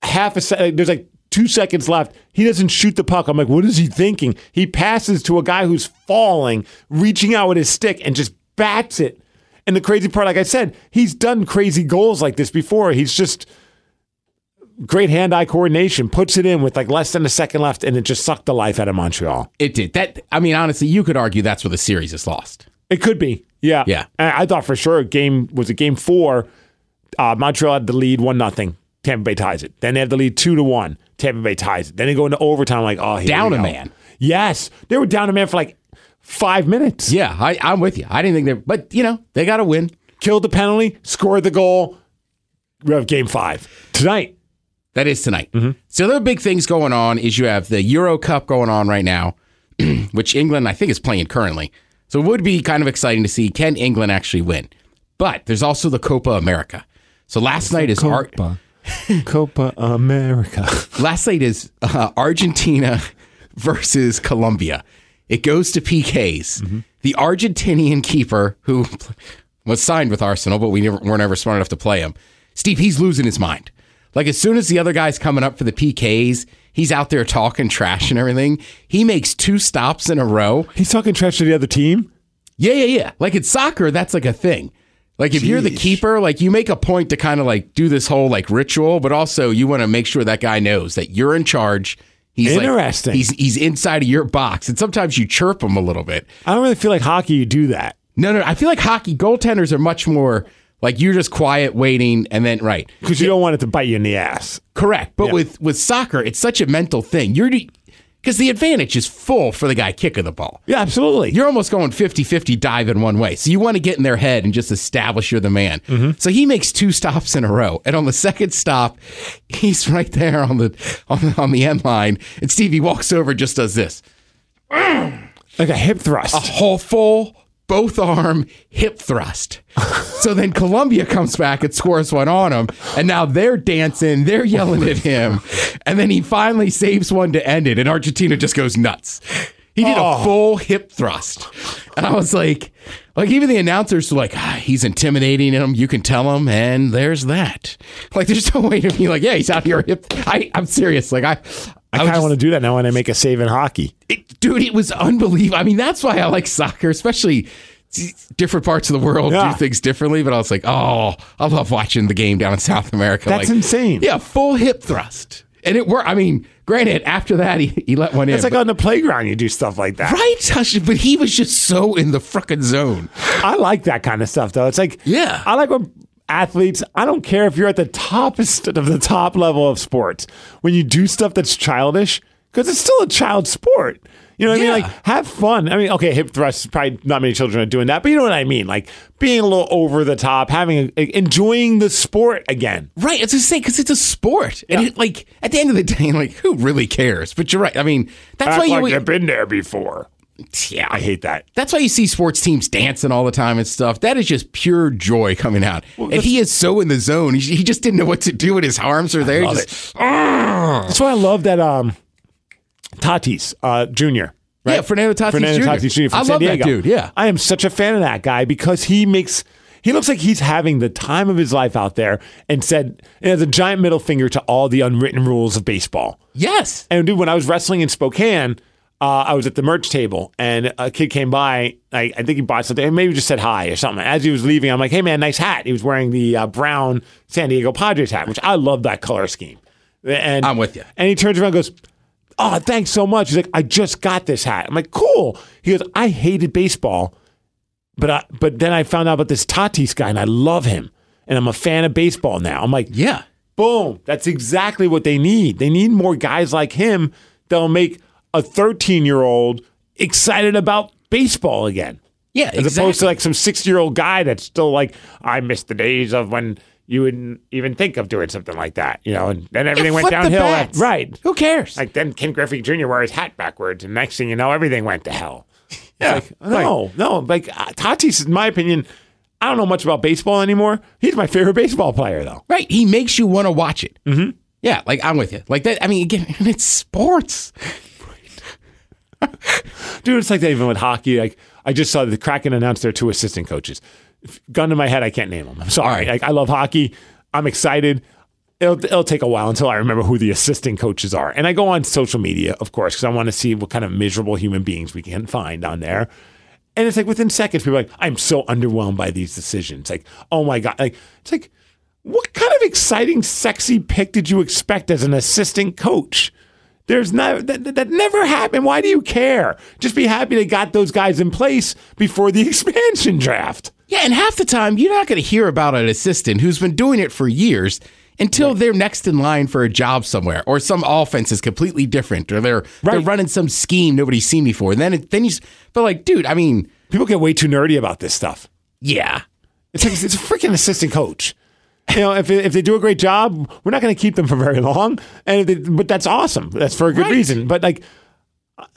half a second, there's like two seconds left. He doesn't shoot the puck. I'm like, what is he thinking? He passes to a guy who's falling, reaching out with his stick and just bats it. And the crazy part, like I said, he's done crazy goals like this before. He's just great hand eye coordination, puts it in with like less than a second left, and it just sucked the life out of Montreal. it did. That I mean, honestly, you could argue that's where the series is lost. It could be. Yeah. Yeah. And I thought for sure game was it game four. Uh, Montreal had the lead one nothing. Tampa Bay ties it. Then they have the lead two to one. Tampa Bay ties it. Then they go into overtime like oh here Down we a go. man. Yes, they were down a man for like five minutes. Yeah, I, I'm with you. I didn't think they, but you know, they got to win. Killed the penalty, scored the goal. We have game five tonight. That is tonight. So the other big things going on is you have the Euro Cup going on right now, which England I think is playing currently. So it would be kind of exciting to see can England actually win. But there's also the Copa America. So last night is Ar- Copa America. last night is uh, Argentina versus Colombia. It goes to PKs. The Argentinian keeper who was signed with Arsenal, but we never, weren't ever smart enough to play him. Steve, he's losing his mind. Like as soon as the other guy's coming up for the PKs, he's out there talking trash and everything. He makes two stops in a row. He's talking trash to the other team. Yeah, yeah, yeah. Like in soccer, that's like a thing. Like if you're the keeper, like you make a point to kind of like do this whole like ritual, but also you want to make sure that guy knows that you're in charge. He's like- Interesting. he's he's inside of your box, and sometimes you chirp him a little bit. I don't really feel like hockey. You do that. No, no. I feel like hockey goaltenders are much more like you're just quiet, waiting, and then right. Because you don't want it to bite you in the ass. Correct. But Yeah. with with soccer, it's such a mental thing. You're because the advantage is full for the guy kicking the ball. Yeah, absolutely. You're almost going 50 50 dive in one way. So you want to get in their head and just establish you're the man. So he makes two stops in a row. And on the second stop, he's right there on the on, the- on the end line. And Stevie walks over and just does this like a hip thrust. whole full both arm hip thrust. so then Columbia comes back and scores one on him. And now they're dancing, they're yelling at him. And then he finally saves one to end it. And Argentina just goes nuts. He did a full hip thrust. And I was like, like even the announcers were like, ah, he's intimidating him. You can tell him. And there's that. Like there's no way to be like, yeah, he's out here hip. I, I'm serious. Like I, I was kind of just- want to do that now when I make a save in hockey. it, dude, it was unbelievable. I mean, that's why I like soccer, especially d- different parts of the world Yeah. do things differently. But I was like, oh, I love watching the game down in South America. That's like, insane. Yeah, full hip thrust, and it worked. I mean, granted, after that, he, he let one It's in. like but- on the playground you do stuff like that. Right, Hush, but he was just so in the frickin' zone. I like that kind of stuff though. It's like Yeah. I like when athletes. I don't care if you're at the toppest of the top level of sports when you do stuff that's childish because it's still a child sport. You know what I mean? Yeah. Like, have fun. I mean, okay, hip thrusts, probably not many children are doing that, but you know what I mean? Like, being a little over the top, having, a, enjoying the sport again. Right, it's just saying because it's a sport, and Yeah. it, like at the end of the day, like who really cares? But you're right. I mean, that's Act why like you. have been there before. yeah, I hate that. That's why you see sports teams dancing all the time and stuff. That is just pure joy coming out. and he is so in the zone. He, he just didn't know what to do, and his arms are there. He love just, That's why I love that um, Tatis uh, Jr. Right? Yeah, Fernando Tatis Fernando Jr.. Tatis Jr. From I San love that Diego. dude, yeah. I am such a fan of that guy because he makes. He looks like he's having the time of his life out there, and said and has a giant middle finger to all the unwritten rules of baseball. yes, And dude, when I was wrestling in Spokane, uh, I was at the merch table and a kid came by. I, I think he bought something, and maybe just said hi or something. As he was leaving, I'm like, "Hey man, nice hat." He was wearing the uh, brown San Diego Padres hat, which I love that color scheme. And I'm with you. And he turns around, and goes, "Oh, thanks so much." He's like, "I just got this hat." I'm like, "Cool." He goes, "I hated baseball." but I, but then I found out about this Tatis guy, and I love him, and I'm a fan of baseball now. I'm like, Yeah. boom, that's exactly what they need. They need more guys like him that'll make a 13 year old excited about baseball again, yeah, as opposed to like some 60 year old guy that's still like, I miss the days of when you wouldn't even think of doing something like that, you know, and then everything went downhill. after- right? Who cares? Like then Ken Griffey Jr. wore his hat backwards, and next thing you know, everything went to hell. Yeah, no, no. Like uh, Tatis, in my opinion, I don't know much about baseball anymore. He's my favorite baseball player, though. Right. He makes you want to watch it. Mm-hmm. Yeah. Like I'm with you. Like that. I mean, again, it's sports. Dude, it's like that even with hockey. Like I just saw the Kraken announce their two assistant coaches. If- Gun to my head, I can't name them. I'm sorry. Like I love hockey. I'm excited. It'll, it'll take a while until I remember who the assistant coaches are. And I go on social media, of course, because I want to see what kind of miserable human beings we can find on there. And it's like within seconds, people are like, I'm so underwhelmed by these decisions. Like, oh my God. Like, it's like, what kind of exciting, sexy pick did you expect as an assistant coach? There's not that, that- that never happened. Why do you care? Just be happy they got those guys in place before the expansion draft. Yeah. And half the time, you're not going to hear about an assistant who's been doing it for years until they're next in line for a job somewhere or some offense is completely different or they're, they're Right. running some scheme nobody's seen before. And then, it, then you, s- but like, dude, I mean, People get way too nerdy about this stuff. yeah. It's like it's a freaking assistant coach. You know, if, if they do a great job, we're not going to keep them for very long. And if they, but that's awesome. That's for a good Right. reason. But like,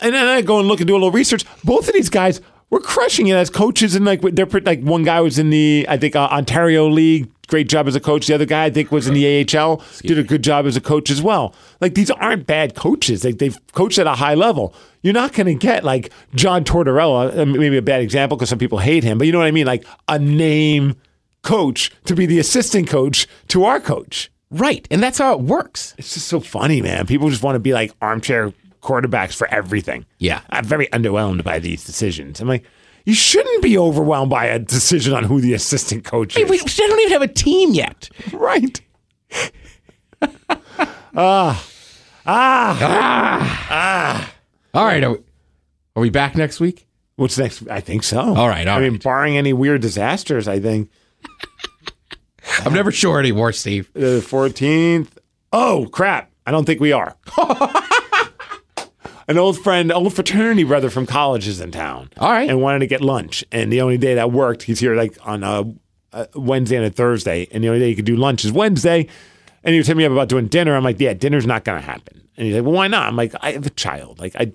and then I go and look and do a little research. Both of these guys were crushing it as coaches, and like they're pretty, like one guy was in the I think uh, Ontario League, great job as a coach. The other guy I think was in the AHL, did a good job as a coach as well. Like these aren't bad coaches. Like they've coached at a high level. You're not going to get like John Tortorella, uh, maybe a bad example because some people hate him, but you know what I mean. Like a name coach to be the assistant coach to our coach. Right. And that's how it works. It's just so funny, man. People just want to be like armchair quarterbacks for everything. Yeah. I'm very underwhelmed by these decisions. I'm like, you shouldn't be overwhelmed by a decision on who the assistant coach Hey, is. we, they don't even have a team yet. right. All right. Are we, are we back next week? What's next? I think so. All right, all I mean, right. barring any weird disasters, I think I'm never sure anymore, Steve. the 14th. uh, Oh, crap. I don't think we are. An old friend, old fraternity brother from college is in town. All right. And wanted to get lunch. And the only day that worked, he's here like on a, a Wednesday and a Thursday. And the only day you could do lunch is Wednesday. And he was hitting me up about doing dinner. I'm like, yeah, dinner's not going to happen. And he's like, well, why not? I'm like, I have a child. Like, I, am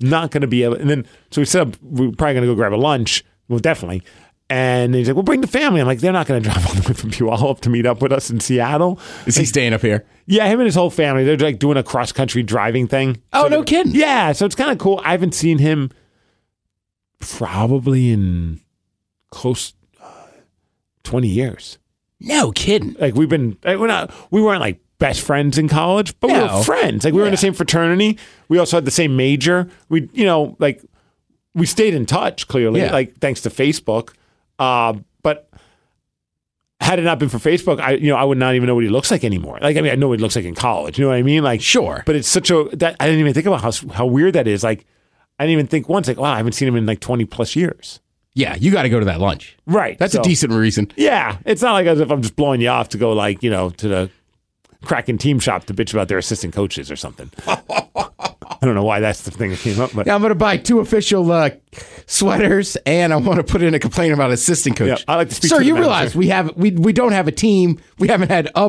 not going to be able. And then, so we set up, we are probably going to go grab a lunch. Well, definitely. And he's like, well, bring the family. I'm like, they're not going to drive all the way from Puyallup to meet up with us in Seattle. Is he staying up here? Yeah, him and his whole family. They're like doing a cross country driving thing. Oh, So no they're- kidding. Yeah, so it's kind of cool. I haven't seen him probably in close uh, twenty years. No kidding. Like we've been, like, we're not, we weren't like best friends in college, but we No. were friends. Like we were in the same fraternity. We also had the same major. We, you know, like we stayed in touch. Clearly, Yeah. like thanks to Facebook. Uh, but had it not been for Facebook, I you know I would not even know what he looks like anymore. Like I mean, I know what he looks like in college. You know what I mean? Like Sure. but it's such a that I didn't even think about how s- how weird that is. Like I didn't even think once. Like wow, I haven't seen him in like twenty plus years. Yeah, you got to go to that lunch. Right. That's so- a decent reason. Yeah, it's not like as if I'm just blowing you off to go like you know to the Kraken team shop to bitch about their assistant coaches or something. I don't know why that's the thing that came up, but Yeah, I'm going to buy two official uh, sweaters, and I want to put in a complaint about assistant coach. Yeah, I'd like to speak Sir, to the you manager. realize we have we we don't have a team. We haven't had a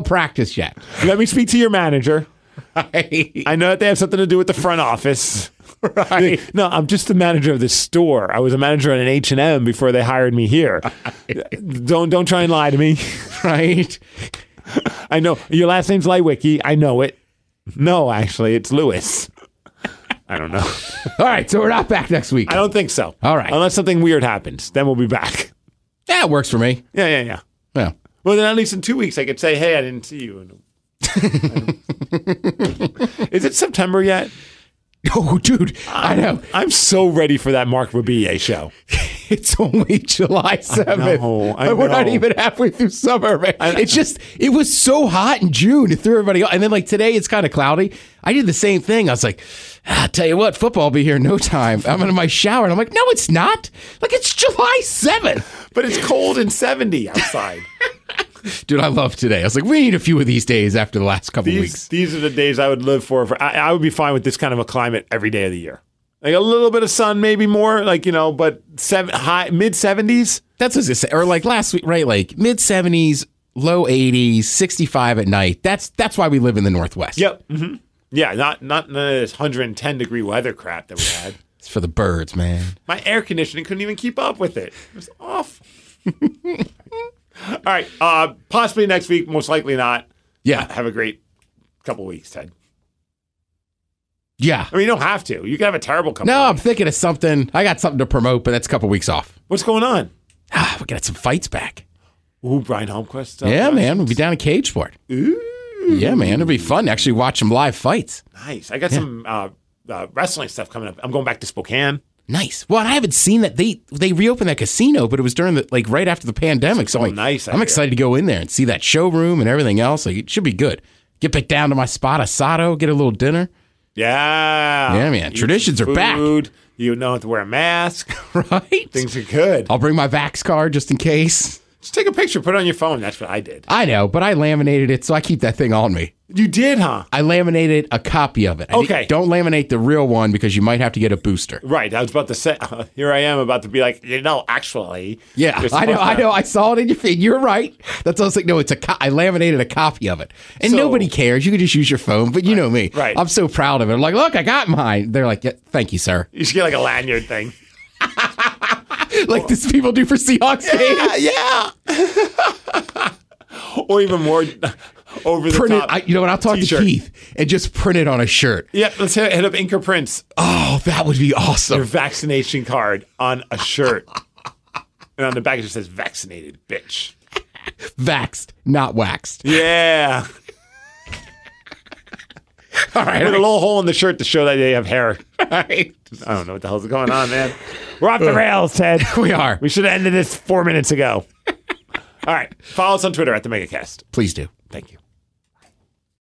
practice yet. let me speak to your manager. Right? I know that they have something to do with the front office. Right. No, I'm just the manager of this store. I was a manager at an H and M before they hired me here. don't don't try and lie to me. right? I know your last name's Lywicki. I know it. No, actually, it's Lewis. I don't know. All right, so we're not back next week. I don't think so. All right. Unless something weird happens, then we'll be back. That works for me. Yeah, yeah, yeah. Yeah. Well, then at least in two weeks, I could say, "Hey, I didn't see you." And- Is it September yet? Oh, dude, I know I'm so ready for that Mark Rabier show. it's only July seventh. know, I We're not know. even halfway through summer, man. I- it's just it was so hot in June, it threw everybody off. And then like today, it's kind of cloudy. I did the same thing. I was like, I tell you what, football will be here in no time. I'm in my shower, and I'm like, no, it's not. Like it's July seventh, But it's cold and 70 outside. dude. I love today. I was like, we need a few of these days after the last couple these weeks. these are the days I would live for. for I, I would be fine with this kind of a climate every day of the year. Like a little bit of sun, maybe more, like you know, but seven high mid 70s. That's what this or like last week, right? Like mid seventies, low eighties, sixty five at night. That's that's why we live in the Northwest. Yep. hmm Yeah, not not none of this 110 degree weather crap that we had. It's for the birds, man. My air conditioning couldn't even keep up with it. It was off. All right, uh, possibly next week, most likely not. Yeah. Have a great couple weeks, Ted. Yeah. I mean, you don't have to. You can have a terrible couple. No, I'm weeks. thinking of something. I got something to promote, but that's a couple weeks off. what's going on? Ah, we're gonna have some fights back. Ooh, Brian Holmquist. uh, yeah, gosh. man. We'll be down in cage sport. Ooh, Yeah, man. It'll be fun to actually watch some live fights. nice. I got some uh, uh, wrestling stuff coming up. I'm going back to Spokane. Nice. Well, and I haven't seen that they they reopened that casino, but it was during the like right after the pandemic. So Oh, I'm like, nice, I I'm hear. excited to go in there and see that showroom and everything else. Like it should be good. Get back down to my spot, Asado, get a little dinner. Yeah. Yeah, man. Eat Traditions some are back. food. You don't have to wear a mask. Right? Things are good. I'll bring my Vax card just in case. Just take a picture, put it on your phone. That's what I did. I know, but I laminated it, so I keep that thing on me. You did, huh? I laminated a copy of it. I di- Okay. Don't laminate the real one because you might have to get a booster. Right. I was about to say, here I am about to be like, you know, actually. Yeah, you're I know. supposed I to- know. I saw it in your feed. You're right. That's what I was like. No, it's a. Co- I laminated a copy of it, and So- nobody cares. You can just use your phone. But you know me. Right. I'm so proud of it. I'm like, look, I got mine. They're like, yeah, thank you, sir. You should get like a lanyard thing. Like this people do for Seahawks games. yeah. or even more over the Print it. top. I, you know what? I'll talk t-shirt. to Keith and just print it on a shirt. Yeah, let's hit, hit up Inker Prince, Oh, that would be your awesome. vaccination card on a shirt. and on the back it just says vaccinated, bitch. Vaxed, not waxed. Yeah. All right. With a all little hole in the shirt to show that they have hair. right. I don't know what the hell's going on, man. We're off the rails, Ted. We are. We should have ended this four minutes ago. All right. Follow us on Twitter at the Megacast. Please do. Thank you.